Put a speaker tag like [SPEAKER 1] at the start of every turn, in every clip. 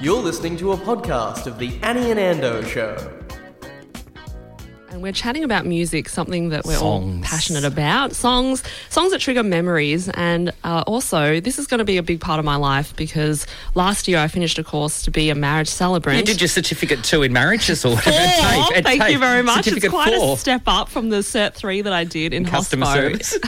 [SPEAKER 1] You're listening to a podcast of The Annie and Ando Show.
[SPEAKER 2] And we're chatting about music, something that we're all
[SPEAKER 3] Songs.
[SPEAKER 2] passionate about. Songs, songs that trigger memories, and uh, also this is going to be a big part of my life because last year I finished a course to be a marriage celebrant.
[SPEAKER 3] You did your certificate two in marriages or
[SPEAKER 2] Four.
[SPEAKER 3] at TAFE, at
[SPEAKER 2] Thank you
[SPEAKER 3] TAFE.
[SPEAKER 2] very much. It's
[SPEAKER 3] Certificate
[SPEAKER 2] quite
[SPEAKER 3] four.
[SPEAKER 2] a step up from the Cert three that I did in
[SPEAKER 3] Customer
[SPEAKER 2] hospo.
[SPEAKER 3] service.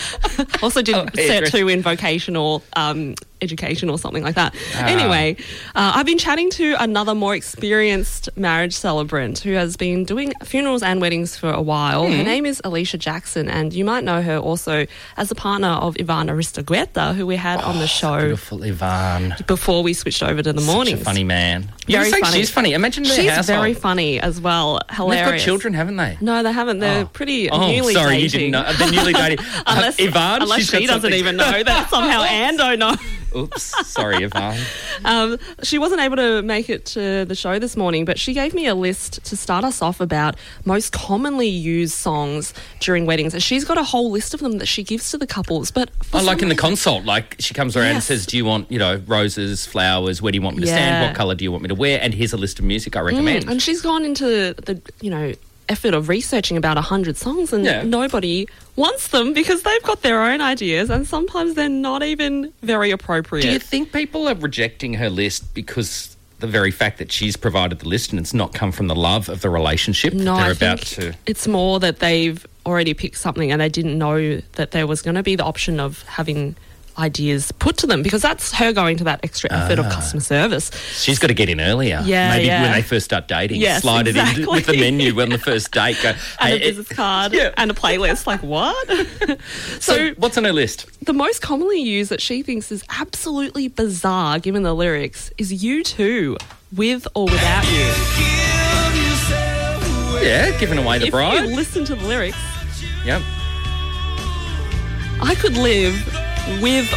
[SPEAKER 2] Also did
[SPEAKER 3] Oh,
[SPEAKER 2] Cert
[SPEAKER 3] interesting.
[SPEAKER 2] two in vocational um, education or something like that.
[SPEAKER 3] Ah.
[SPEAKER 2] Anyway, uh, I've been chatting to another more experienced marriage celebrant who has been doing funerals and weddings for a while.
[SPEAKER 3] Hmm.
[SPEAKER 2] Her name is Alicia Jackson, and you might know her also as the partner of Ivan Aristogueta, who we had on the show.
[SPEAKER 3] Oh, Beautiful Ivan.
[SPEAKER 2] Before we switched over to the morning,
[SPEAKER 3] Such a funny man. You
[SPEAKER 2] Very
[SPEAKER 3] say
[SPEAKER 2] funny.
[SPEAKER 3] She's funny. Imagine their
[SPEAKER 2] She's
[SPEAKER 3] household.
[SPEAKER 2] very funny as well.
[SPEAKER 3] They've
[SPEAKER 2] Hilarious.
[SPEAKER 3] got children, haven't they?
[SPEAKER 2] No, they haven't. They're pretty
[SPEAKER 3] oh,
[SPEAKER 2] newly
[SPEAKER 3] sorry,
[SPEAKER 2] dating.
[SPEAKER 3] you didn't know. They're newly dating. Uh,
[SPEAKER 2] Unless,
[SPEAKER 3] Ivan,
[SPEAKER 2] unless
[SPEAKER 3] she's
[SPEAKER 2] she
[SPEAKER 3] got
[SPEAKER 2] doesn't
[SPEAKER 3] something-
[SPEAKER 2] even know that somehow Ando knows.
[SPEAKER 3] Oops, sorry, Ivan.
[SPEAKER 2] Um, she wasn't able to make it to the show this morning, but she gave me a list to start us off about most commonly used songs during weddings. And she's got a whole list of them that she gives to the couples. But for
[SPEAKER 3] Oh,
[SPEAKER 2] some
[SPEAKER 3] like in the
[SPEAKER 2] reason-
[SPEAKER 3] consult, like she comes around and
[SPEAKER 2] Yes.
[SPEAKER 3] says, "Do you want, you know, roses, flowers? Where do you want me to
[SPEAKER 2] Yeah. Mm,
[SPEAKER 3] stand? What color do you want me to wear?" And here's a list of music I recommend.
[SPEAKER 2] and she's gone into the you know effort of researching about 100 songs and
[SPEAKER 3] Yeah.
[SPEAKER 2] nobody wants them because they've got their own ideas and sometimes they're not even very appropriate
[SPEAKER 3] Do you think people are rejecting her list because the very fact that she's provided the list and it's not come from the love of the relationship
[SPEAKER 2] No,
[SPEAKER 3] that
[SPEAKER 2] I
[SPEAKER 3] they're about
[SPEAKER 2] think
[SPEAKER 3] to?
[SPEAKER 2] it's more that they've already picked something and they didn't know that there was going to be the option of having ideas put to them because that's her going to that extra effort
[SPEAKER 3] Ah.
[SPEAKER 2] of customer service.
[SPEAKER 3] She's got to get in earlier.
[SPEAKER 2] Yeah,
[SPEAKER 3] Maybe
[SPEAKER 2] yeah.
[SPEAKER 3] when they first start dating,
[SPEAKER 2] Yes,
[SPEAKER 3] slide it in with the
[SPEAKER 2] exactly.
[SPEAKER 3] menu on the first date. Go,
[SPEAKER 2] And
[SPEAKER 3] "Hey,
[SPEAKER 2] a
[SPEAKER 3] it-
[SPEAKER 2] business card
[SPEAKER 3] Yeah.
[SPEAKER 2] and a playlist. Like, what?
[SPEAKER 3] so
[SPEAKER 2] so,
[SPEAKER 3] what's on her list?
[SPEAKER 2] the most commonly used that she thinks is absolutely bizarre given the lyrics is You Too, with or without you.
[SPEAKER 3] Yeah, giving away the
[SPEAKER 2] If
[SPEAKER 3] bride.
[SPEAKER 2] you listen to the lyrics,
[SPEAKER 3] yep.
[SPEAKER 2] I could live with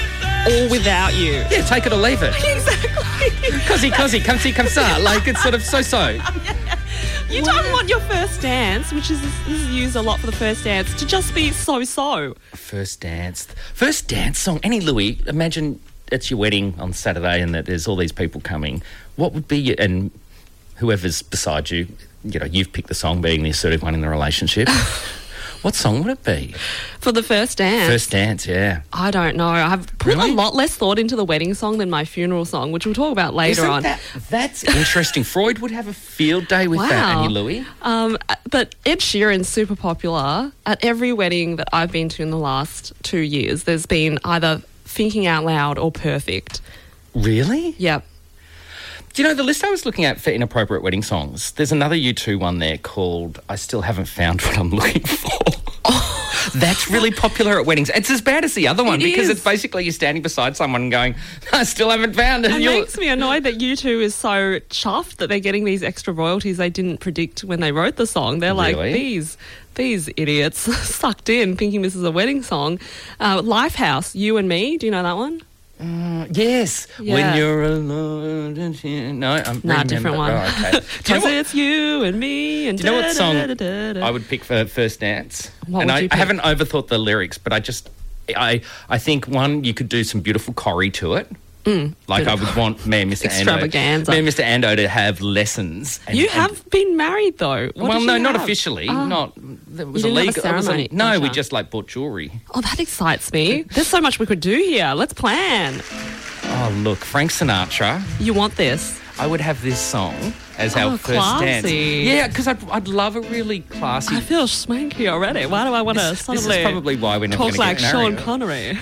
[SPEAKER 2] or without you.
[SPEAKER 3] Yeah, take it or leave it.
[SPEAKER 2] Exactly.
[SPEAKER 3] Cozy, cozy, come see, come sa. Like it's sort of so-so.
[SPEAKER 2] You don't want your first dance, which is this is used a lot for the first dance, to just be so so.
[SPEAKER 3] First dance, first dance song. Any Louis, imagine it's your wedding on Saturday and that there's all these people coming. What would be your, and whoever's beside you, you know, you've picked the song being the assertive one in the relationship. what song would it be?
[SPEAKER 2] For the first dance,
[SPEAKER 3] First dance, yeah.
[SPEAKER 2] I don't know. I've put
[SPEAKER 3] Really?
[SPEAKER 2] a lot less thought into the wedding song than my funeral song, which we'll talk about later
[SPEAKER 3] Isn't
[SPEAKER 2] on.
[SPEAKER 3] that- that's interesting. Freud would have a field day with that,
[SPEAKER 2] Wow.
[SPEAKER 3] Annie Louis.
[SPEAKER 2] Um, but Ed Sheeran's super popular at every wedding that I've been to in the last two years. There's been either thinking out loud or perfect.
[SPEAKER 3] Really?
[SPEAKER 2] Yep.
[SPEAKER 3] Do you know the list I was looking at for inappropriate wedding songs? There's another U2 one there called I Still Haven't Found What I'm Looking For. That's really popular at weddings. It's as bad as the other one
[SPEAKER 2] Oh. It
[SPEAKER 3] because
[SPEAKER 2] is.
[SPEAKER 3] it's basically you're standing beside someone and going, I still haven't found it.
[SPEAKER 2] It
[SPEAKER 3] And you're-
[SPEAKER 2] makes me annoyed that you two is so chuffed that they're getting these extra royalties they didn't predict when they wrote the song. They're like
[SPEAKER 3] Really?
[SPEAKER 2] these these idiots sucked in thinking this is a wedding song. Uh, Lifehouse, you and me. Do you know that one?
[SPEAKER 3] yes,
[SPEAKER 2] Yeah.
[SPEAKER 3] when you're alone. and you- No, I'm
[SPEAKER 2] No,
[SPEAKER 3] remember-
[SPEAKER 2] different one.
[SPEAKER 3] Oh, okay. Do you
[SPEAKER 2] Because
[SPEAKER 3] know what,
[SPEAKER 2] it's you and me. And
[SPEAKER 3] do you know what song
[SPEAKER 2] da-da-da-da-da.
[SPEAKER 3] I would pick for first dance?
[SPEAKER 2] What
[SPEAKER 3] and
[SPEAKER 2] would
[SPEAKER 3] I,
[SPEAKER 2] you pick?
[SPEAKER 3] I haven't overthought the lyrics, but I just I I think one you could do some beautiful Corrie to it. like I would want Mayor Mr.
[SPEAKER 2] Mm. Extravaganza.
[SPEAKER 3] Ando, Mayor Mr. Ando to have lessons. and-
[SPEAKER 2] You
[SPEAKER 3] and-
[SPEAKER 2] have been married though. What
[SPEAKER 3] well,
[SPEAKER 2] did
[SPEAKER 3] no,
[SPEAKER 2] you
[SPEAKER 3] not
[SPEAKER 2] have?
[SPEAKER 3] officially.
[SPEAKER 2] Ah.
[SPEAKER 3] Not there was
[SPEAKER 2] You didn't
[SPEAKER 3] a
[SPEAKER 2] have
[SPEAKER 3] legal.
[SPEAKER 2] a
[SPEAKER 3] it was
[SPEAKER 2] ceremony,
[SPEAKER 3] no, we
[SPEAKER 2] gotcha.
[SPEAKER 3] just like bought jewelry.
[SPEAKER 2] Oh, that excites me. There's so much we could do here. Let's plan.
[SPEAKER 3] Oh look, Frank Sinatra.
[SPEAKER 2] You want this?
[SPEAKER 3] I would have this song as
[SPEAKER 2] Oh,
[SPEAKER 3] our first dance.
[SPEAKER 2] classy.
[SPEAKER 3] Yeah, because I'd, I'd love a really classy.
[SPEAKER 2] I feel swanky already. Why do I want to
[SPEAKER 3] this, this
[SPEAKER 2] suddenly
[SPEAKER 3] is probably why we're never going
[SPEAKER 2] talk
[SPEAKER 3] to
[SPEAKER 2] like
[SPEAKER 3] get
[SPEAKER 2] Sean
[SPEAKER 3] married.
[SPEAKER 2] Connery?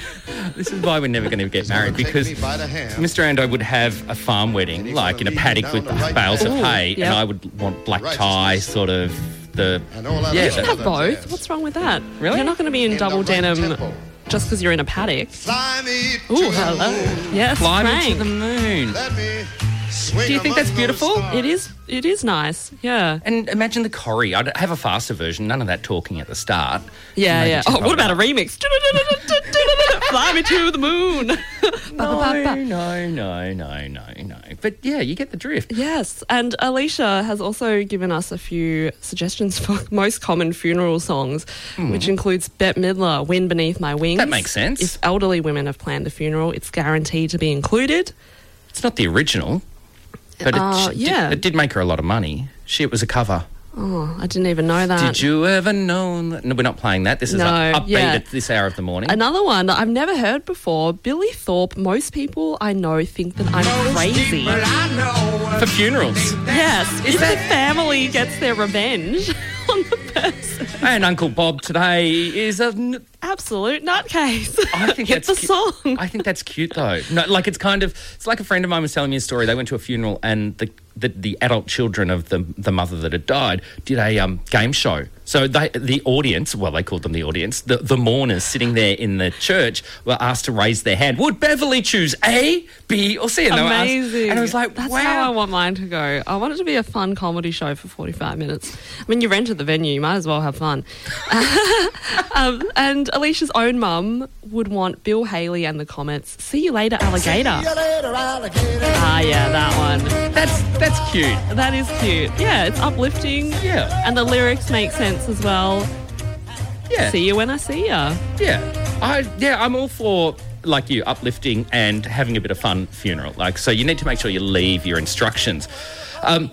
[SPEAKER 3] This is why we're never going to get married because
[SPEAKER 4] Take me by the hand.
[SPEAKER 3] Mr. Ando would have a farm wedding, like in a paddock with bales of
[SPEAKER 2] Ooh,
[SPEAKER 3] hay,
[SPEAKER 2] yep.
[SPEAKER 3] and I would want black tie, sort of the.
[SPEAKER 4] And all other
[SPEAKER 3] Yeah,
[SPEAKER 2] You can
[SPEAKER 4] children
[SPEAKER 2] have both.
[SPEAKER 4] theirs.
[SPEAKER 2] What's wrong with that?
[SPEAKER 3] Really?
[SPEAKER 2] You're not going to be in,
[SPEAKER 4] In
[SPEAKER 2] double
[SPEAKER 4] the right
[SPEAKER 2] denim
[SPEAKER 4] tempo.
[SPEAKER 2] just because you're in a paddock.
[SPEAKER 4] Fly me to
[SPEAKER 2] Ooh,
[SPEAKER 4] the
[SPEAKER 2] hello.
[SPEAKER 4] moon.
[SPEAKER 2] Yes,
[SPEAKER 3] Fly me
[SPEAKER 2] Frank.
[SPEAKER 3] to the moon.
[SPEAKER 4] Let me swing
[SPEAKER 3] Do you think
[SPEAKER 4] among
[SPEAKER 3] that's
[SPEAKER 4] those
[SPEAKER 3] beautiful?
[SPEAKER 4] stars.
[SPEAKER 2] Oh, It is. It is nice. Yeah.
[SPEAKER 3] And imagine the Corrie. I'd have a faster version, none of that talking at the start.
[SPEAKER 2] Yeah, yeah.
[SPEAKER 3] you
[SPEAKER 2] Oh, what
[SPEAKER 3] probably-
[SPEAKER 2] about a remix? Fly me to the moon. Ba, ba, ba,
[SPEAKER 3] No,
[SPEAKER 2] ba.
[SPEAKER 3] no, no, no, no, no. But yeah, you get the drift.
[SPEAKER 2] Yes, and Alicia has also given us a few suggestions for most common funeral songs, which includes Bette Midler, "Wind Beneath My Wings."
[SPEAKER 3] Hmm. That makes sense.
[SPEAKER 2] If elderly women have planned the funeral, it's guaranteed to be included.
[SPEAKER 3] It's not the original. But it,
[SPEAKER 2] Uh,
[SPEAKER 3] she-
[SPEAKER 2] yeah.
[SPEAKER 3] it did make her a lot of money. She, it was a cover.
[SPEAKER 2] Oh, I didn't even know that.
[SPEAKER 3] Did you ever know? that- No, we're not playing that. This is
[SPEAKER 2] No,
[SPEAKER 3] up- upbeat
[SPEAKER 2] yeah.
[SPEAKER 3] at this hour of the morning.
[SPEAKER 2] Another one that I've never heard before Billy Thorpe. Most people I know think that I'm crazy.
[SPEAKER 3] For funerals.
[SPEAKER 2] Yes, if the family gets their revenge on the person.
[SPEAKER 3] and Uncle Bob today is a. n-
[SPEAKER 2] Absolute nutcase.
[SPEAKER 3] I think
[SPEAKER 2] Get
[SPEAKER 3] that's
[SPEAKER 2] the
[SPEAKER 3] cute.
[SPEAKER 2] song.
[SPEAKER 3] I think that's cute though. No, like it's kind of it's like a friend of mine was telling me a story. They went to a funeral and the the, the adult children of the the mother that had died did a um, game show. So they the audience, well they called them the audience, the, the mourners sitting there in the church were asked to raise their hand. Would Beverly choose A, B, or C? And they were asked-
[SPEAKER 2] Amazing.
[SPEAKER 3] and I was like,
[SPEAKER 2] that's
[SPEAKER 3] wow.
[SPEAKER 2] how I want mine to go. I want it to be a fun comedy show for 45 minutes. I mean, you rented the venue, you might as well have fun. um, and Alicia's own mum would want Bill Haley and the Comets. See you later, alligator. Ah, yeah, that one.
[SPEAKER 3] that's that's cute.
[SPEAKER 2] That is cute. Yeah, it's uplifting.
[SPEAKER 3] Yeah.
[SPEAKER 2] And the lyrics make sense as well.
[SPEAKER 3] Yeah.
[SPEAKER 2] See you when I see ya.
[SPEAKER 3] Yeah, I yeah, I'm all for like you uplifting and having a bit of fun funeral. Like, so you need to make sure you leave your instructions. Um,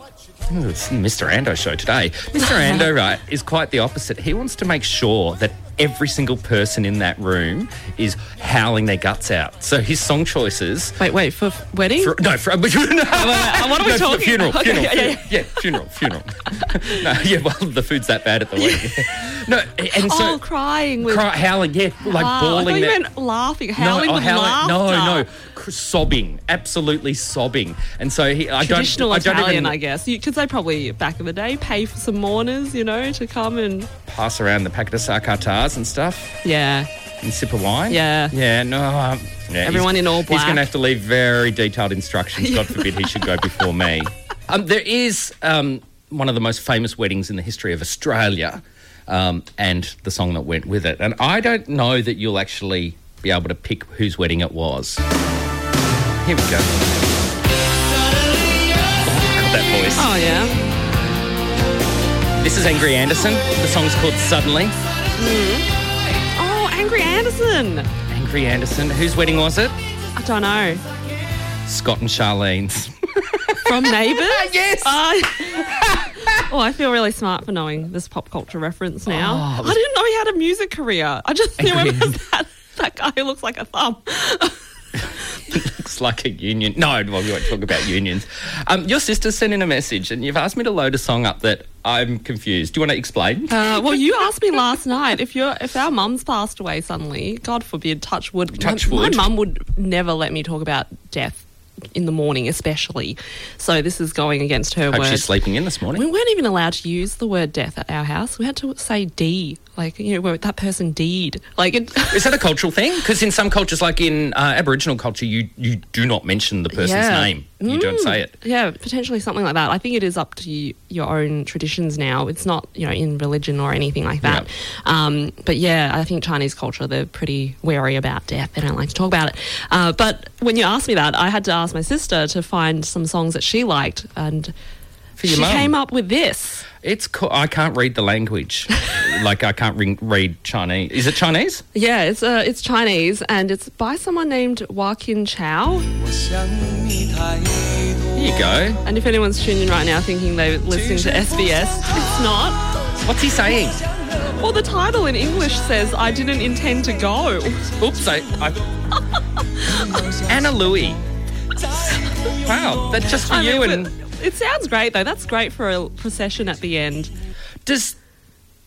[SPEAKER 3] ooh, it's the Mr. Ando show today. Mr. Ando, right, is quite the opposite. He wants to make sure that every single person in that room is howling their guts out. So his song choices.
[SPEAKER 2] Wait, wait, for f- wedding?
[SPEAKER 3] For, no, for, no,
[SPEAKER 2] what are we
[SPEAKER 3] no, for the
[SPEAKER 2] talking
[SPEAKER 3] Funeral,
[SPEAKER 2] about?
[SPEAKER 3] funeral,
[SPEAKER 2] Okay, yeah,
[SPEAKER 3] funeral, yeah, funeral, funeral. no, yeah, well, the food's that bad at the wedding. no, and so
[SPEAKER 2] oh, crying with.
[SPEAKER 3] cry, howling, yeah, like
[SPEAKER 2] Wow,
[SPEAKER 3] bawling.
[SPEAKER 2] I thought you
[SPEAKER 3] their-
[SPEAKER 2] meant laughing, howling
[SPEAKER 3] oh,
[SPEAKER 2] with
[SPEAKER 3] howling-
[SPEAKER 2] laughter.
[SPEAKER 3] No, no, cr- sobbing, absolutely sobbing. And so he, I
[SPEAKER 2] traditional
[SPEAKER 3] don't, I
[SPEAKER 2] Italian,
[SPEAKER 3] don't even
[SPEAKER 2] I guess. Because they probably back in the day pay for some mourners, you know, to come and
[SPEAKER 3] pass around the packet of sarcatars and stuff
[SPEAKER 2] yeah,
[SPEAKER 3] and sip of wine.
[SPEAKER 2] Yeah.
[SPEAKER 3] yeah, no. um, yeah,
[SPEAKER 2] Everyone
[SPEAKER 3] he's-
[SPEAKER 2] in all
[SPEAKER 3] He's going
[SPEAKER 2] black.
[SPEAKER 3] to have to leave very detailed instructions. God forbid he should go before me. Um, there is um, one of the most famous weddings in the history of Australia, um, and the song that went with it. And I don't know that you'll actually be able to pick whose wedding it was. Here we go. Got that voice.
[SPEAKER 2] oh yeah,
[SPEAKER 3] This is Angry Anderson. The song's called Suddenly.
[SPEAKER 2] oh Angry Anderson.
[SPEAKER 3] Angry Anderson. Whose wedding was it?
[SPEAKER 2] I don't know
[SPEAKER 3] Scott and Charlene's.
[SPEAKER 2] from Neighbours.
[SPEAKER 3] Yes.
[SPEAKER 2] Uh, oh, I feel really smart for knowing this pop culture reference now.
[SPEAKER 3] Oh, it was-
[SPEAKER 2] I didn't know he had a music career. I just knew
[SPEAKER 3] Angry
[SPEAKER 2] him
[SPEAKER 3] Anderson.
[SPEAKER 2] as that that guy who looks like a thumb.
[SPEAKER 3] It's like a union. No, well, we won't talk about unions. Um, your sister sent in a message and you've asked me to load a song up that I'm confused. Do you want to explain?
[SPEAKER 2] Uh, well, you asked me last night if your if our mums passed away suddenly, God forbid, touch wood.
[SPEAKER 3] Touch
[SPEAKER 2] my,
[SPEAKER 3] wood.
[SPEAKER 2] My mum would never let me talk about death in the morning, especially. So this is going against her
[SPEAKER 3] Hope she's
[SPEAKER 2] words.
[SPEAKER 3] sleeping in this
[SPEAKER 2] We
[SPEAKER 3] morning.
[SPEAKER 2] weren't even allowed to use the word death at our house. We had to say D, like you know, well, that person deed. Like it,
[SPEAKER 3] Is that a cultural thing? Because in some cultures, like in uh, Aboriginal culture, you, you do not mention the person's
[SPEAKER 2] Yeah. Mm.
[SPEAKER 3] name. You don't say it.
[SPEAKER 2] yeah, potentially something like that. I think it is up to you, your own traditions now. It's not you know in religion or anything like that. Um, but yeah, I think Chinese culture they're pretty wary about death. They don't like to talk about it. Uh, but when you asked me that, I had to ask my sister to find some songs that she liked, and
[SPEAKER 3] your
[SPEAKER 2] she
[SPEAKER 3] mum.
[SPEAKER 2] came up with this.
[SPEAKER 3] It's. Co- I can't read the language. like I can't ring- read Chinese. Is it Chinese?
[SPEAKER 2] Yeah, it's uh, it's Chinese and it's by someone named Joaquin Chow.
[SPEAKER 3] Here you go.
[SPEAKER 2] And if anyone's tuning in right now thinking they're listening to SBS, it's not.
[SPEAKER 3] What's he saying?
[SPEAKER 2] Well, the title in English says, I didn't intend to go.
[SPEAKER 3] Oops, I. I Anna Louie. Wow, that's just for
[SPEAKER 2] I
[SPEAKER 3] you.
[SPEAKER 2] mean,
[SPEAKER 3] and
[SPEAKER 2] but it sounds great, though. That's great for a procession at the end.
[SPEAKER 3] does.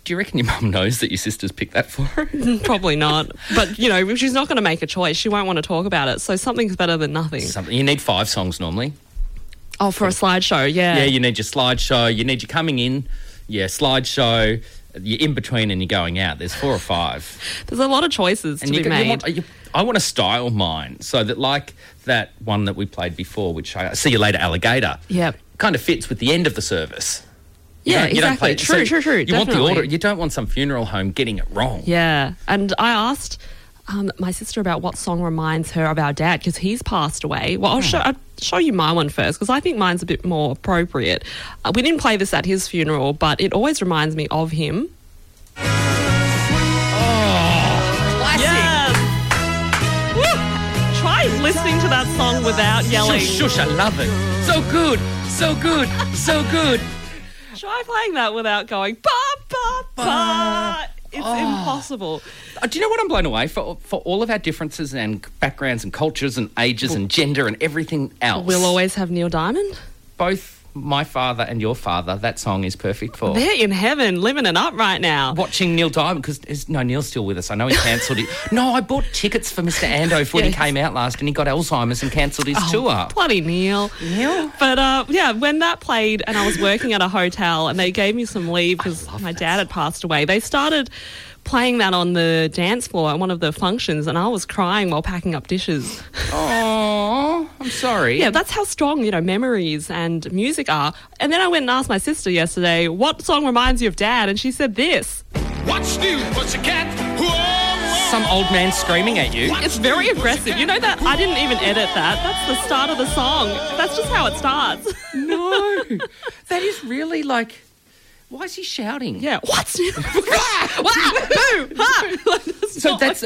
[SPEAKER 3] Do you reckon your mum knows that your sister's picked that for her?
[SPEAKER 2] Probably not. But, you know, she's not going to make a choice. She won't want to talk about it. So something's better than nothing.
[SPEAKER 3] Something. You need five songs normally.
[SPEAKER 2] Oh, for a slideshow, yeah.
[SPEAKER 3] Yeah, you need your slideshow. You need your coming in. Yeah, slideshow. You're in between and you're going out. There's four or five.
[SPEAKER 2] There's a lot of choices
[SPEAKER 3] And
[SPEAKER 2] to
[SPEAKER 3] you,
[SPEAKER 2] be
[SPEAKER 3] go- you
[SPEAKER 2] made.
[SPEAKER 3] want, you, I want to style mine so that, like that one that we played before, which I see you later, alligator.
[SPEAKER 2] Yep.
[SPEAKER 3] Kind of fits with the end of the service. You
[SPEAKER 2] yeah,
[SPEAKER 3] don't- you don't
[SPEAKER 2] exactly.
[SPEAKER 3] play- so
[SPEAKER 2] true, true, true.
[SPEAKER 3] You
[SPEAKER 2] definitely.
[SPEAKER 3] want the order. You don't want some funeral home getting it wrong.
[SPEAKER 2] Yeah. And I asked um, my sister about what song reminds her of our dad because he's passed away. Well, I'll show, I'll show you my one first because I think mine's a bit more appropriate. Uh, we didn't play this at his funeral, but it always reminds me of him. Oh, classic. Yes. Woo. Try listening to that song without yelling.
[SPEAKER 3] Shush, Oh, shush, I love it. So good, so good, so good.
[SPEAKER 2] Try playing that without going ba ba ba. It's impossible.
[SPEAKER 3] Uh, Do you know what I'm blown away for? For all of our differences and backgrounds and cultures and ages and gender and everything else,
[SPEAKER 2] We'll always have Neil Diamond.
[SPEAKER 3] both my father and your father, that song is perfect for.
[SPEAKER 2] They're in heaven, living it up right now.
[SPEAKER 3] Watching Neil Diamond because no, Neil's still with us. I know he cancelled it. No, I bought tickets for Mr. Ando for when he
[SPEAKER 2] Yes. Oh.
[SPEAKER 3] came out last, and he got Alzheimer's and cancelled his tour.
[SPEAKER 2] Bloody Neil. Neil. But uh, yeah, when that played, and I was working at a hotel, and they gave me some leave because my dad had passed away. They started playing that on the dance floor at one of the functions, and I was crying while packing up dishes.
[SPEAKER 3] Oh, I'm sorry.
[SPEAKER 2] Yeah, that's how strong you know memories and music are. And then I went and asked my sister yesterday, "What song reminds you of Dad?" And she said, "This."
[SPEAKER 4] What's new, pussycat? Whoa, whoa.
[SPEAKER 3] some old man screaming at you.
[SPEAKER 2] It's very aggressive. You know that I didn't even edit that. That's the start of the song. That's just how it starts.
[SPEAKER 3] No, that is really like. Why is he shouting?
[SPEAKER 2] Yeah. What's new? Wow, boo, ha. Like, that's
[SPEAKER 3] So
[SPEAKER 2] not-
[SPEAKER 3] that's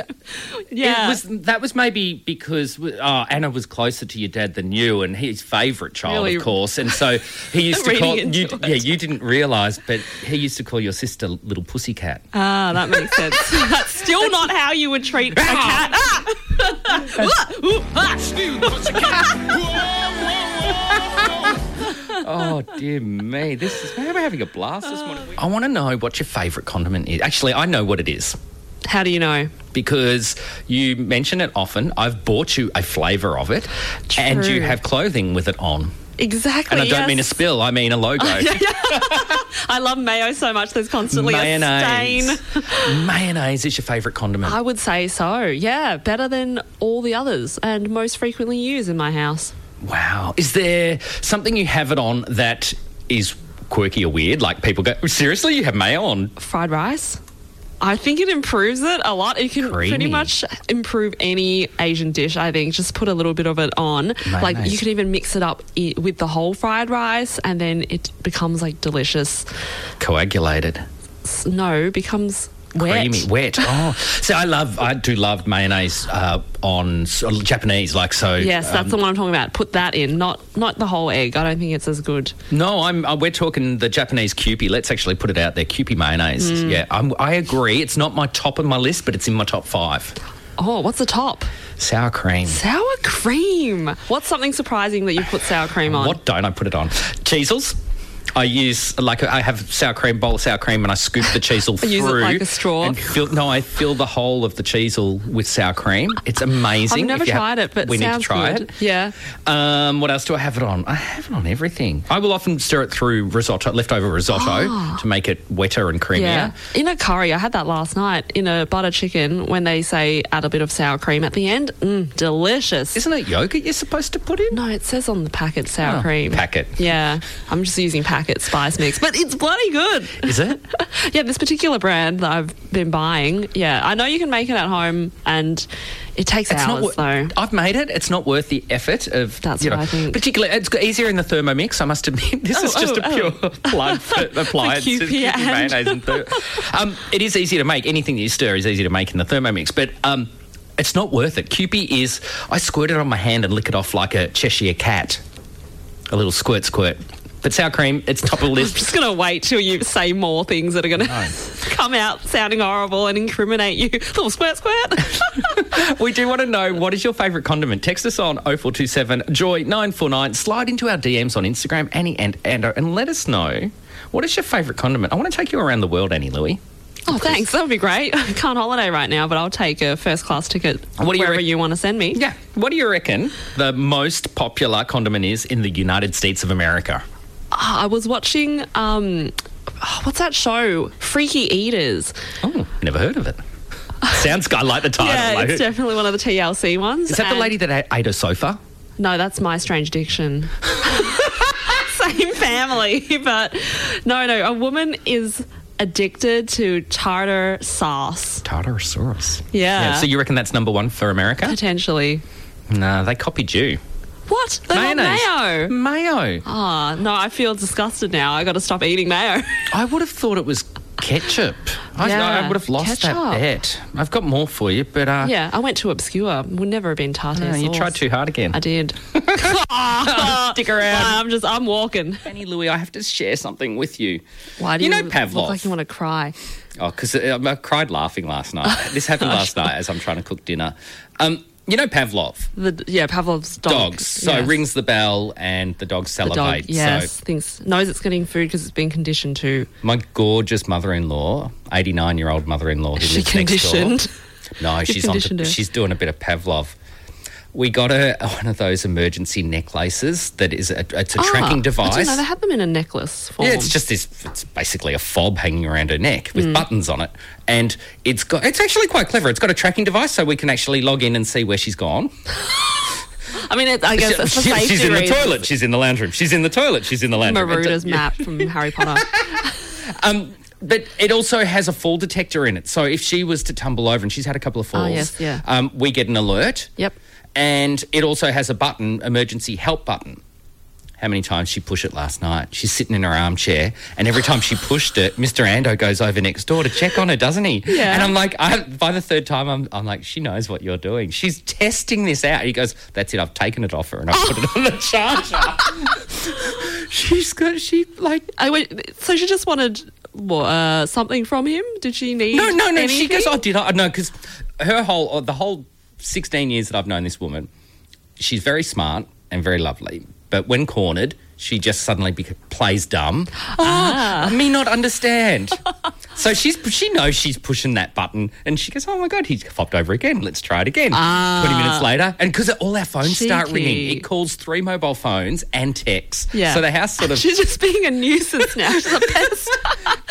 [SPEAKER 2] yeah.
[SPEAKER 3] It was that was maybe because uh, Anna was closer to your dad than you, and he's favourite child,
[SPEAKER 2] Really?
[SPEAKER 3] of course, and so he used to
[SPEAKER 2] Reading
[SPEAKER 3] call
[SPEAKER 2] into
[SPEAKER 3] you.
[SPEAKER 2] it.
[SPEAKER 3] Yeah, you didn't realise, but he used to call your sister little pussycat.
[SPEAKER 2] ah, that makes sense. that's still not how you would treat a cat. Ah! Ooh, ah.
[SPEAKER 4] What's new, pussycat?
[SPEAKER 3] oh dear me, this is we're having a blast this morning.
[SPEAKER 2] Oh.
[SPEAKER 3] I want to know what your favourite condiment is. Actually, I know what it is.
[SPEAKER 2] How do you know?
[SPEAKER 3] because you mention it often. I've bought you a flavour of it, and you
[SPEAKER 2] True.
[SPEAKER 3] have clothing with it on.
[SPEAKER 2] Exactly.
[SPEAKER 3] And I don't mean
[SPEAKER 2] yes.
[SPEAKER 3] a spill; I mean a logo.
[SPEAKER 2] I love mayo so much. There's constantly a
[SPEAKER 3] Mayonnaise.
[SPEAKER 2] stain.
[SPEAKER 3] Mayonnaise is your favourite condiment.
[SPEAKER 2] I would say so. Yeah, better than all the others and most frequently used in my house.
[SPEAKER 3] wow. Is there something you have it on that is quirky or weird? Like people go, seriously, you have mayo on?
[SPEAKER 2] Fried rice. I think it improves it a lot. It can pretty
[SPEAKER 3] Creamy.
[SPEAKER 2] much improve any Asian dish, I think. Just put a little bit of it on. Like
[SPEAKER 3] Mayonnaise.
[SPEAKER 2] you can even mix it up i- with the whole fried rice and then it becomes like delicious.
[SPEAKER 3] Coagulated.
[SPEAKER 2] S- No, becomes wet.
[SPEAKER 3] Creamy, wet. Oh, so I love, I do love mayonnaise uh, on s- Japanese, like so.
[SPEAKER 2] Yes, that's
[SPEAKER 3] um,
[SPEAKER 2] the one I'm talking about. Put that in, not not the whole egg. I don't think it's as good.
[SPEAKER 3] No, I'm. Uh, we're talking the Japanese Kewpie. Let's actually put it out there. Kewpie mayonnaise. Yeah, I'm, I agree. It's not my top of my list, but it's in my top five.
[SPEAKER 2] Oh, what's the top?
[SPEAKER 3] Sour cream.
[SPEAKER 2] Sour cream. What's something surprising that you put sour cream on?
[SPEAKER 3] What don't I put it on? Cheezels. I use like I have sour cream bowl of sour cream and I scoop the cheesel
[SPEAKER 2] I
[SPEAKER 3] through.
[SPEAKER 2] use it like a straw.
[SPEAKER 3] And fill, no, I fill the whole of the cheesel with sour cream. It's amazing.
[SPEAKER 2] I've never
[SPEAKER 3] If you have-
[SPEAKER 2] tried it, but
[SPEAKER 3] we
[SPEAKER 2] sounds
[SPEAKER 3] need to try
[SPEAKER 2] good.
[SPEAKER 3] it.
[SPEAKER 2] Yeah.
[SPEAKER 3] Um, what else do I have it on? I have it on everything. I will often stir it through risotto, leftover risotto, to make it wetter and creamier.
[SPEAKER 2] Yeah. In a curry, I had that last night in a butter chicken when they say add a bit of sour cream at the end. Mm, delicious.
[SPEAKER 3] Isn't it yogurt you're supposed to put in?
[SPEAKER 2] no, it says on the packet sour
[SPEAKER 3] Oh,
[SPEAKER 2] cream.
[SPEAKER 3] packet.
[SPEAKER 2] Yeah. I'm just using packet spice mix, but it's bloody good.
[SPEAKER 3] Is it?
[SPEAKER 2] yeah, this particular brand that I've been buying. Yeah. I know you can make it at home and it takes hours
[SPEAKER 3] wor-
[SPEAKER 2] though.
[SPEAKER 3] I've made it. It's not worth the effort of.
[SPEAKER 2] That's
[SPEAKER 3] you know,
[SPEAKER 2] what I think.
[SPEAKER 3] Particularly, it's got easier in the Thermomix. I must admit, this is
[SPEAKER 2] Oh,
[SPEAKER 3] just
[SPEAKER 2] oh,
[SPEAKER 3] a pure plug for appliances.
[SPEAKER 2] QP
[SPEAKER 3] keeping
[SPEAKER 2] and-
[SPEAKER 3] mayonnaise and ther- um, it is easy to make. Anything that you stir is easy to make in the Thermomix, but. Um, it's not worth it. Kewpie is. I squirt it on my hand and lick it off like a Cheshire cat. A little squirt, squirt. But sour cream, it's top of the list.
[SPEAKER 2] just going to wait till you say more things that are going to come out sounding horrible and incriminate you. Little squirt, squirt.
[SPEAKER 3] We do want to know what is your favourite condiment. Text us on 0427 Joy 949. Slide into our DMs on Instagram, Annie and Ando, and let us know what is your favourite condiment. I want to take you around the world, Annie Louie.
[SPEAKER 2] Oh, thanks. That would be great. I can't holiday right now, but I'll take a first class ticket
[SPEAKER 3] What do you
[SPEAKER 2] wherever
[SPEAKER 3] reckon-
[SPEAKER 2] you want to send me.
[SPEAKER 3] Yeah. What do you reckon the most popular condiment is in the United States of America?
[SPEAKER 2] Ah, I was watching, um, oh, what's that show? Freaky Eaters.
[SPEAKER 3] Oh, never heard of it. Sounds Oh, I like the title.
[SPEAKER 2] yeah,
[SPEAKER 3] though.
[SPEAKER 2] it's definitely one of the TLC ones.
[SPEAKER 3] is that the
[SPEAKER 2] and-
[SPEAKER 3] lady that a- ate a sofa?
[SPEAKER 2] No, that's My Strange Addiction. Same family, but no, no. A woman is addicted to tartar sauce,
[SPEAKER 3] Tartarosaurus.
[SPEAKER 2] Yeah.
[SPEAKER 3] So you reckon that's number one for America?
[SPEAKER 2] potentially.
[SPEAKER 3] No, they copied you.
[SPEAKER 2] What? They got mayo.
[SPEAKER 3] Mayo.
[SPEAKER 2] Ah, no, I feel disgusted now. I got to stop eating mayo.
[SPEAKER 3] I would have thought it was ketchup. I,
[SPEAKER 2] Yeah,
[SPEAKER 3] I would have lost
[SPEAKER 2] catch
[SPEAKER 3] that
[SPEAKER 2] up.
[SPEAKER 3] bet. I've got more for you, but uh,
[SPEAKER 2] Yeah, I went too obscure. Would never have been tartar
[SPEAKER 3] uh, you
[SPEAKER 2] sauce.
[SPEAKER 3] tried too hard again.
[SPEAKER 2] I did. Stick around. I'm just. I'm walking.
[SPEAKER 3] Annie Louie, I have to share something with you.
[SPEAKER 2] Why do
[SPEAKER 3] you
[SPEAKER 2] you,
[SPEAKER 3] know
[SPEAKER 2] look
[SPEAKER 3] Pavlov?
[SPEAKER 2] like you want to cry?
[SPEAKER 3] Oh, because I cried laughing last night. This happened
[SPEAKER 2] Oh,
[SPEAKER 3] last night as I'm trying to cook dinner. Um, you know Pavlov,
[SPEAKER 2] The yeah, Pavlov's dog.
[SPEAKER 3] dogs. So
[SPEAKER 2] yes.
[SPEAKER 3] rings the bell and the dogs
[SPEAKER 2] The dog.
[SPEAKER 3] salivate.
[SPEAKER 2] Yes,
[SPEAKER 3] So
[SPEAKER 2] thinks knows it's getting food because it's been conditioned to.
[SPEAKER 3] my gorgeous mother-in-law, 89-year-old mother-in-law, who
[SPEAKER 2] She
[SPEAKER 3] lives next door.
[SPEAKER 2] conditioned.
[SPEAKER 3] No, she's on.
[SPEAKER 2] conditioned
[SPEAKER 3] To,
[SPEAKER 2] her.
[SPEAKER 3] she's doing a bit of Pavlov. We got her one of those emergency necklaces that is a, it's a
[SPEAKER 2] Ah,
[SPEAKER 3] tracking
[SPEAKER 2] I didn't know
[SPEAKER 3] device.
[SPEAKER 2] they had them in a necklace form.
[SPEAKER 3] Yeah, it's just this. It's basically a fob hanging around her neck with
[SPEAKER 2] Hmm.
[SPEAKER 3] buttons on it, and it's got. It's actually quite clever. It's got a tracking device, so we can actually log in and see where she's gone.
[SPEAKER 2] I mean, it, I guess it's for
[SPEAKER 3] She-
[SPEAKER 2] safety
[SPEAKER 3] she's in the
[SPEAKER 2] reasons.
[SPEAKER 3] toilet. She's in the lounge room. She's in the toilet. She's in the lounge room.
[SPEAKER 2] Maruda's
[SPEAKER 3] It-
[SPEAKER 2] map from Harry Potter.
[SPEAKER 3] Um, but it also has a fall detector in it. So if she was to tumble over, and she's had a couple of falls,
[SPEAKER 2] Oh, yes, yeah.
[SPEAKER 3] um, we get an alert.
[SPEAKER 2] Yep.
[SPEAKER 3] And it also has a button, emergency help button. How many times she pushed it last night? She's sitting in her armchair, and every time she pushed it, Mr. Ando goes over next door to check on her, doesn't he?
[SPEAKER 2] Yeah.
[SPEAKER 3] And I'm like, I, by the third time, I'm, I'm like, she knows what you're doing. She's testing this out. He goes, that's it. I've taken it off her, and I put it on the charger. She's got, she like
[SPEAKER 2] I went, so she just wanted what, uh, something from him. Did she need?
[SPEAKER 3] No, no, no. She
[SPEAKER 2] anything?
[SPEAKER 3] goes, oh, did I? No, because her whole, or the whole 16 years that I've known this woman, she's very smart and very lovely. But when cornered, she just suddenly bec- plays dumb. Oh,
[SPEAKER 2] Ah.
[SPEAKER 3] me not understand. so she's she knows she's pushing that button, and she goes, "Oh my god, he's fopped over again. Let's try it again." Twenty minutes later, and because all our phones start
[SPEAKER 2] Ah. Cheeky.
[SPEAKER 3] ringing, it calls three mobile phones and texts.
[SPEAKER 2] Yeah.
[SPEAKER 3] So the house sort of
[SPEAKER 2] She's just being a nuisance now. She's a pest.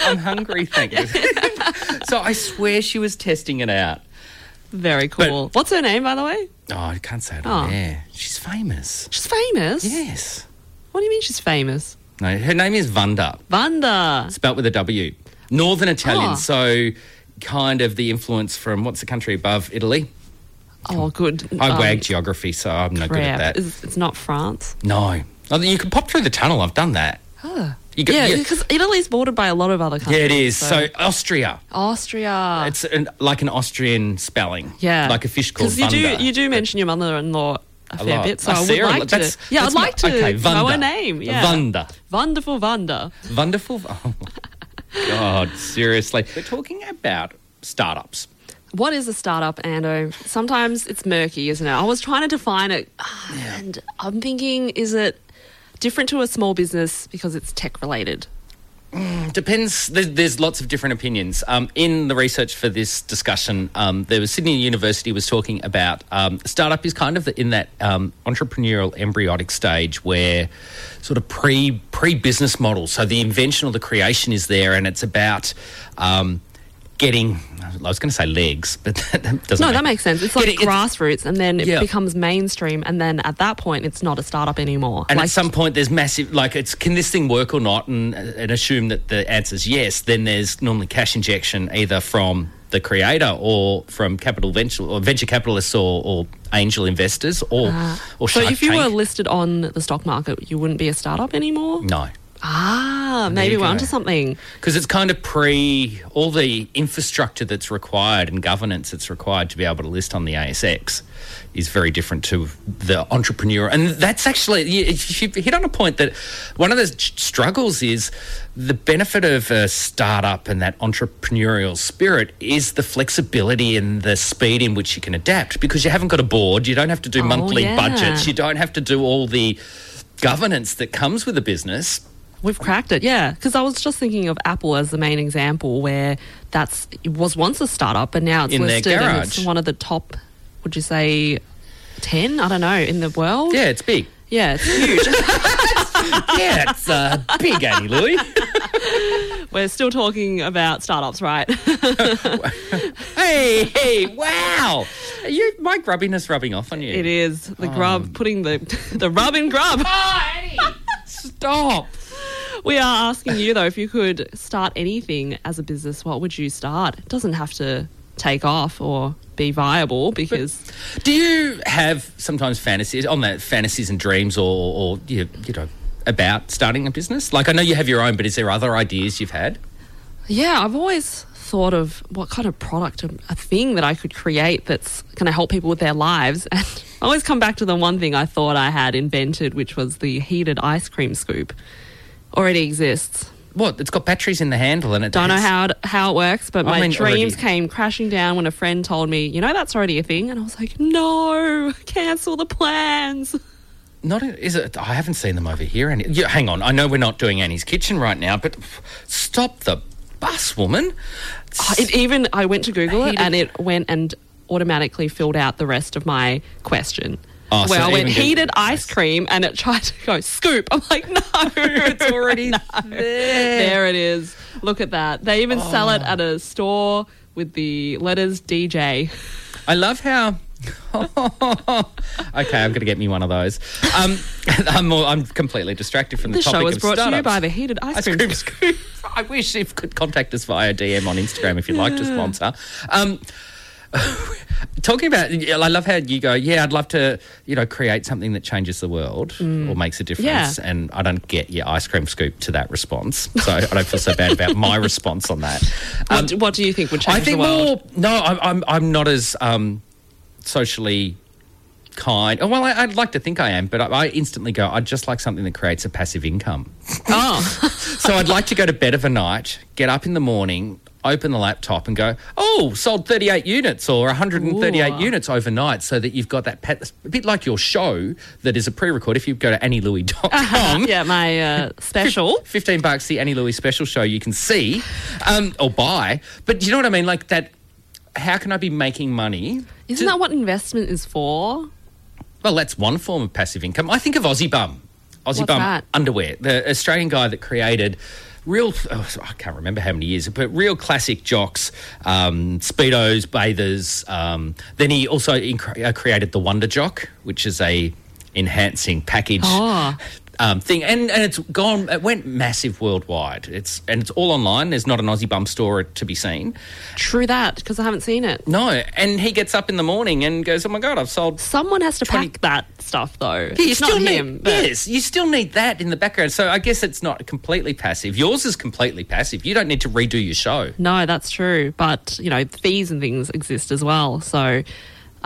[SPEAKER 3] I'm hungry, thank you. so I swear she was testing it out.
[SPEAKER 2] Very cool. What's her name, by the way?
[SPEAKER 3] Oh, I can't say it on
[SPEAKER 2] Oh.
[SPEAKER 3] air. She's famous.
[SPEAKER 2] She's famous.
[SPEAKER 3] Yes.
[SPEAKER 2] What do you mean she's famous?
[SPEAKER 3] No, her name is Vanda,
[SPEAKER 2] Vanda.
[SPEAKER 3] spelt with a W. Northern Italian,
[SPEAKER 2] Ah.
[SPEAKER 3] so kind of the influence from what's the country above Italy?
[SPEAKER 2] Oh, good.
[SPEAKER 3] I
[SPEAKER 2] um,
[SPEAKER 3] wag geography, so I'm no good
[SPEAKER 2] crap.
[SPEAKER 3] at that.
[SPEAKER 2] It's, it's not France.
[SPEAKER 3] No. Oh, you can pop through the tunnel. I've done that. You go-
[SPEAKER 2] yeah,
[SPEAKER 3] you-
[SPEAKER 2] because Italy's bordered by a lot of other
[SPEAKER 3] yeah,
[SPEAKER 2] countries.
[SPEAKER 3] it is. So, Austria.
[SPEAKER 2] Oh. Austria.
[SPEAKER 3] It's an, like an Austrian spelling.
[SPEAKER 2] yeah,
[SPEAKER 3] Like a fish called
[SPEAKER 2] Because you
[SPEAKER 3] Vanda.
[SPEAKER 2] do you do mention your mother-in-law a, fair
[SPEAKER 3] lot.
[SPEAKER 2] bit, so
[SPEAKER 3] I
[SPEAKER 2] I,
[SPEAKER 3] see
[SPEAKER 2] would
[SPEAKER 3] her a
[SPEAKER 2] like
[SPEAKER 3] lot.
[SPEAKER 2] to.
[SPEAKER 3] That's-
[SPEAKER 2] yeah,
[SPEAKER 3] that's
[SPEAKER 2] I'd
[SPEAKER 3] my-
[SPEAKER 2] like to
[SPEAKER 3] okay,
[SPEAKER 2] know
[SPEAKER 3] Vanda.
[SPEAKER 2] her name. Yeah,
[SPEAKER 3] Vanda.
[SPEAKER 2] Wonderful Vanda.
[SPEAKER 3] Wonderful. Oh, my God, seriously. We're talking about startups.
[SPEAKER 2] What is a startup, Ando? Sometimes it's murky, isn't it? I was trying to define it, Ah, and I'm thinking, is it different to a small business because it's tech related?
[SPEAKER 3] Depends. There's, there's lots of different opinions. Um, in the research for this discussion, um, the Sydney University was talking about um, startup is kind of in that um, entrepreneurial embryotic stage where sort of pre pre business model. So the invention or the creation is there, and it's about um, getting. I was going to say legs, but that doesn't.
[SPEAKER 2] No,
[SPEAKER 3] make-
[SPEAKER 2] that makes sense. It's like
[SPEAKER 3] Getting- it's-
[SPEAKER 2] grassroots, and then it
[SPEAKER 3] Yeah.
[SPEAKER 2] becomes mainstream, and then at that point, it's not a startup anymore.
[SPEAKER 3] And
[SPEAKER 2] like,
[SPEAKER 3] at some point, there's massive like it's can this thing work or not, and and assume that the answer's yes. Then there's normally cash injection either from the creator or from capital venture or venture capitalists or, or angel investors or or
[SPEAKER 2] Ah. so
[SPEAKER 3] Shark
[SPEAKER 2] if you were
[SPEAKER 3] Tank.
[SPEAKER 2] listed on the stock market, you wouldn't be a startup anymore.
[SPEAKER 3] no.
[SPEAKER 2] Ah, maybe
[SPEAKER 3] you
[SPEAKER 2] we're
[SPEAKER 3] go.
[SPEAKER 2] onto something.
[SPEAKER 3] Because it's kind of pre all the infrastructure that's required and governance that's required to be able to list on the ASX is very different to the entrepreneur. And that's actually, you you hit on a point that one of the s- struggles is the benefit of a startup and that entrepreneurial spirit is the flexibility and the speed in which you can adapt because you haven't got a board, you don't have to do monthly
[SPEAKER 2] yeah.
[SPEAKER 3] budgets, you don't have to do all the governance that comes with a business.
[SPEAKER 2] We've cracked it, yeah. Because I was just thinking of Apple as the main example where that's it was once a startup, but now it's
[SPEAKER 3] In their
[SPEAKER 2] listed and it's
[SPEAKER 3] garage.
[SPEAKER 2] one of the top. Would you say ten? I don't know in the world.
[SPEAKER 3] Yeah, it's big.
[SPEAKER 2] yeah, it's huge.
[SPEAKER 3] yeah, it's uh, big Annie Louie.
[SPEAKER 2] We're still talking about startups, right?
[SPEAKER 3] hey, hey, wow. Are you, my grubbiness rubbing off on you.
[SPEAKER 2] it is the
[SPEAKER 3] Um.
[SPEAKER 2] grub putting the the rub in grub.
[SPEAKER 3] Stop.
[SPEAKER 2] We are asking you though if you could start anything as a business, what would you start? It doesn't have to take off or be viable because
[SPEAKER 3] Do you have sometimes fantasies on that fantasies and dreams or, or you, you know, about starting a business? Like, I know you have your own, but is there other ideas you've had?
[SPEAKER 2] Yeah, I've always thought of what kind of product, a, a thing that I could create that's going to help people with their lives. And I always come back to the one thing I thought I had invented, which was the heated ice cream scoop. Already exists.
[SPEAKER 3] What? It's got batteries in the handle and it
[SPEAKER 2] Don't know
[SPEAKER 3] it's-
[SPEAKER 2] how it, how it works, but my
[SPEAKER 3] mean,
[SPEAKER 2] dreams
[SPEAKER 3] already-
[SPEAKER 2] came crashing down when a friend told me, you know, that's already a thing. And I was like, no, cancel the plans.
[SPEAKER 3] Not a, is it? I haven't seen them over here. Any, yeah, hang on. I know we're not doing Annie's kitchen right now, but stop the bus, woman.
[SPEAKER 2] It even I went to Google it
[SPEAKER 3] Heated-
[SPEAKER 2] and it went and automatically filled out the rest of my question.
[SPEAKER 3] Oh, so
[SPEAKER 2] Where I
[SPEAKER 3] it
[SPEAKER 2] went
[SPEAKER 3] even did-
[SPEAKER 2] heated ice cream and it tried to go scoop. I'm like, no, it's already there. There it is. Look at that. They even sell
[SPEAKER 3] Oh.
[SPEAKER 2] it at a store with the letters DJ.
[SPEAKER 3] I love how. okay, I'm going to get me one of those. Um, I'm, more, I'm completely distracted from the,
[SPEAKER 2] The
[SPEAKER 3] topic
[SPEAKER 2] show was
[SPEAKER 3] of
[SPEAKER 2] brought to you
[SPEAKER 3] startups.
[SPEAKER 2] by the heated ice,
[SPEAKER 3] Ice cream scoop. I wish you could contact us via DM on Instagram if you'd like to sponsor. Um, talking about, I love how you go. Yeah, I'd love to, you know, create something that changes the world or makes a difference.
[SPEAKER 2] Mm. Yeah.
[SPEAKER 3] And I don't get your ice cream scoop to that response, so I don't feel so bad about my response on that.
[SPEAKER 2] What, do- what do you think would change
[SPEAKER 3] I think
[SPEAKER 2] the world?
[SPEAKER 3] more. No, I'm I'm I'm not as um, socially kind. Oh, Well, I, I'd like to think I am, but I, I instantly go. I'd just like something that creates a passive income.
[SPEAKER 2] oh,
[SPEAKER 3] so I'd like to go to bed of a night, get up in the morning. Open the laptop and go. Oh, sold thirty-eight units or one hundred and thirty-eight
[SPEAKER 2] Ooh.
[SPEAKER 3] units overnight, so that you've got that pat- a bit like your show that is a pre-record. If you go to annielouis.com,
[SPEAKER 2] yeah, my uh, special.
[SPEAKER 3] 15 bucks the Annie Louie special show you can see um, or buy. But you know what I mean? Like that, how can I be making money?
[SPEAKER 2] Isn't that what investment is for?
[SPEAKER 3] Well, that's one form of passive income. I think of Aussie Bum. Aussie
[SPEAKER 2] What's
[SPEAKER 3] Bum
[SPEAKER 2] that?
[SPEAKER 3] underwear, the Australian guy that created real, oh, I can't remember how many years, but real classic jocks, um, Speedos, bathers. Um, then he also inc- uh, created the Wonder Jock, which is a enhancing package.
[SPEAKER 2] Oh.
[SPEAKER 3] Um, thing and, and it's gone it went massive worldwide it's and it's all online there's not an aussie bum store to be seen
[SPEAKER 2] True that, because I haven't seen it.
[SPEAKER 3] no and he gets up in the morning and goes oh my god i've sold
[SPEAKER 2] Someone has to
[SPEAKER 3] 20
[SPEAKER 2] pack that stuff, though.
[SPEAKER 3] Yeah, you
[SPEAKER 2] it's not
[SPEAKER 3] still need-
[SPEAKER 2] him. But
[SPEAKER 3] Yes, you still need that in the background. So I guess it's not completely passive. Yours is completely passive. You don't need to redo your show.
[SPEAKER 2] No, that's true. But you know, fees and things exist as well. So.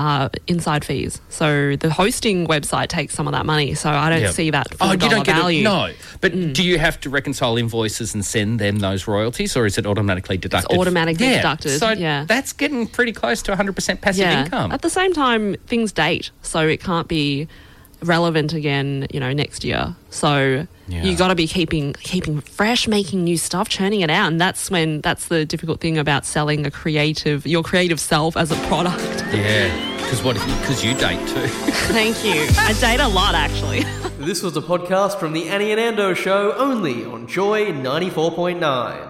[SPEAKER 2] Uh, inside fees, so the hosting website takes some of that money. So I don't
[SPEAKER 3] Yeah. Oh,
[SPEAKER 2] see that full dollar value. Mm.
[SPEAKER 3] it. No, but do you have to reconcile invoices and send them those royalties, or is it automatically deducted?
[SPEAKER 2] automatically deducted,
[SPEAKER 3] So
[SPEAKER 2] yeah.
[SPEAKER 3] that's getting pretty close to 100% passive
[SPEAKER 2] yeah.
[SPEAKER 3] income.
[SPEAKER 2] At the same time, things date, so it can't be relevant again. You know, next year. So
[SPEAKER 3] Yeah.
[SPEAKER 2] you got to be keeping keeping fresh, making new stuff, churning it out, and that's when that's the difficult thing about selling a creative your creative self as a product.
[SPEAKER 3] yeah, because what? Because you date too.
[SPEAKER 2] Thank you. I date a lot, actually.
[SPEAKER 1] This was a podcast from the Annie and Ando show only on Joy 94.9.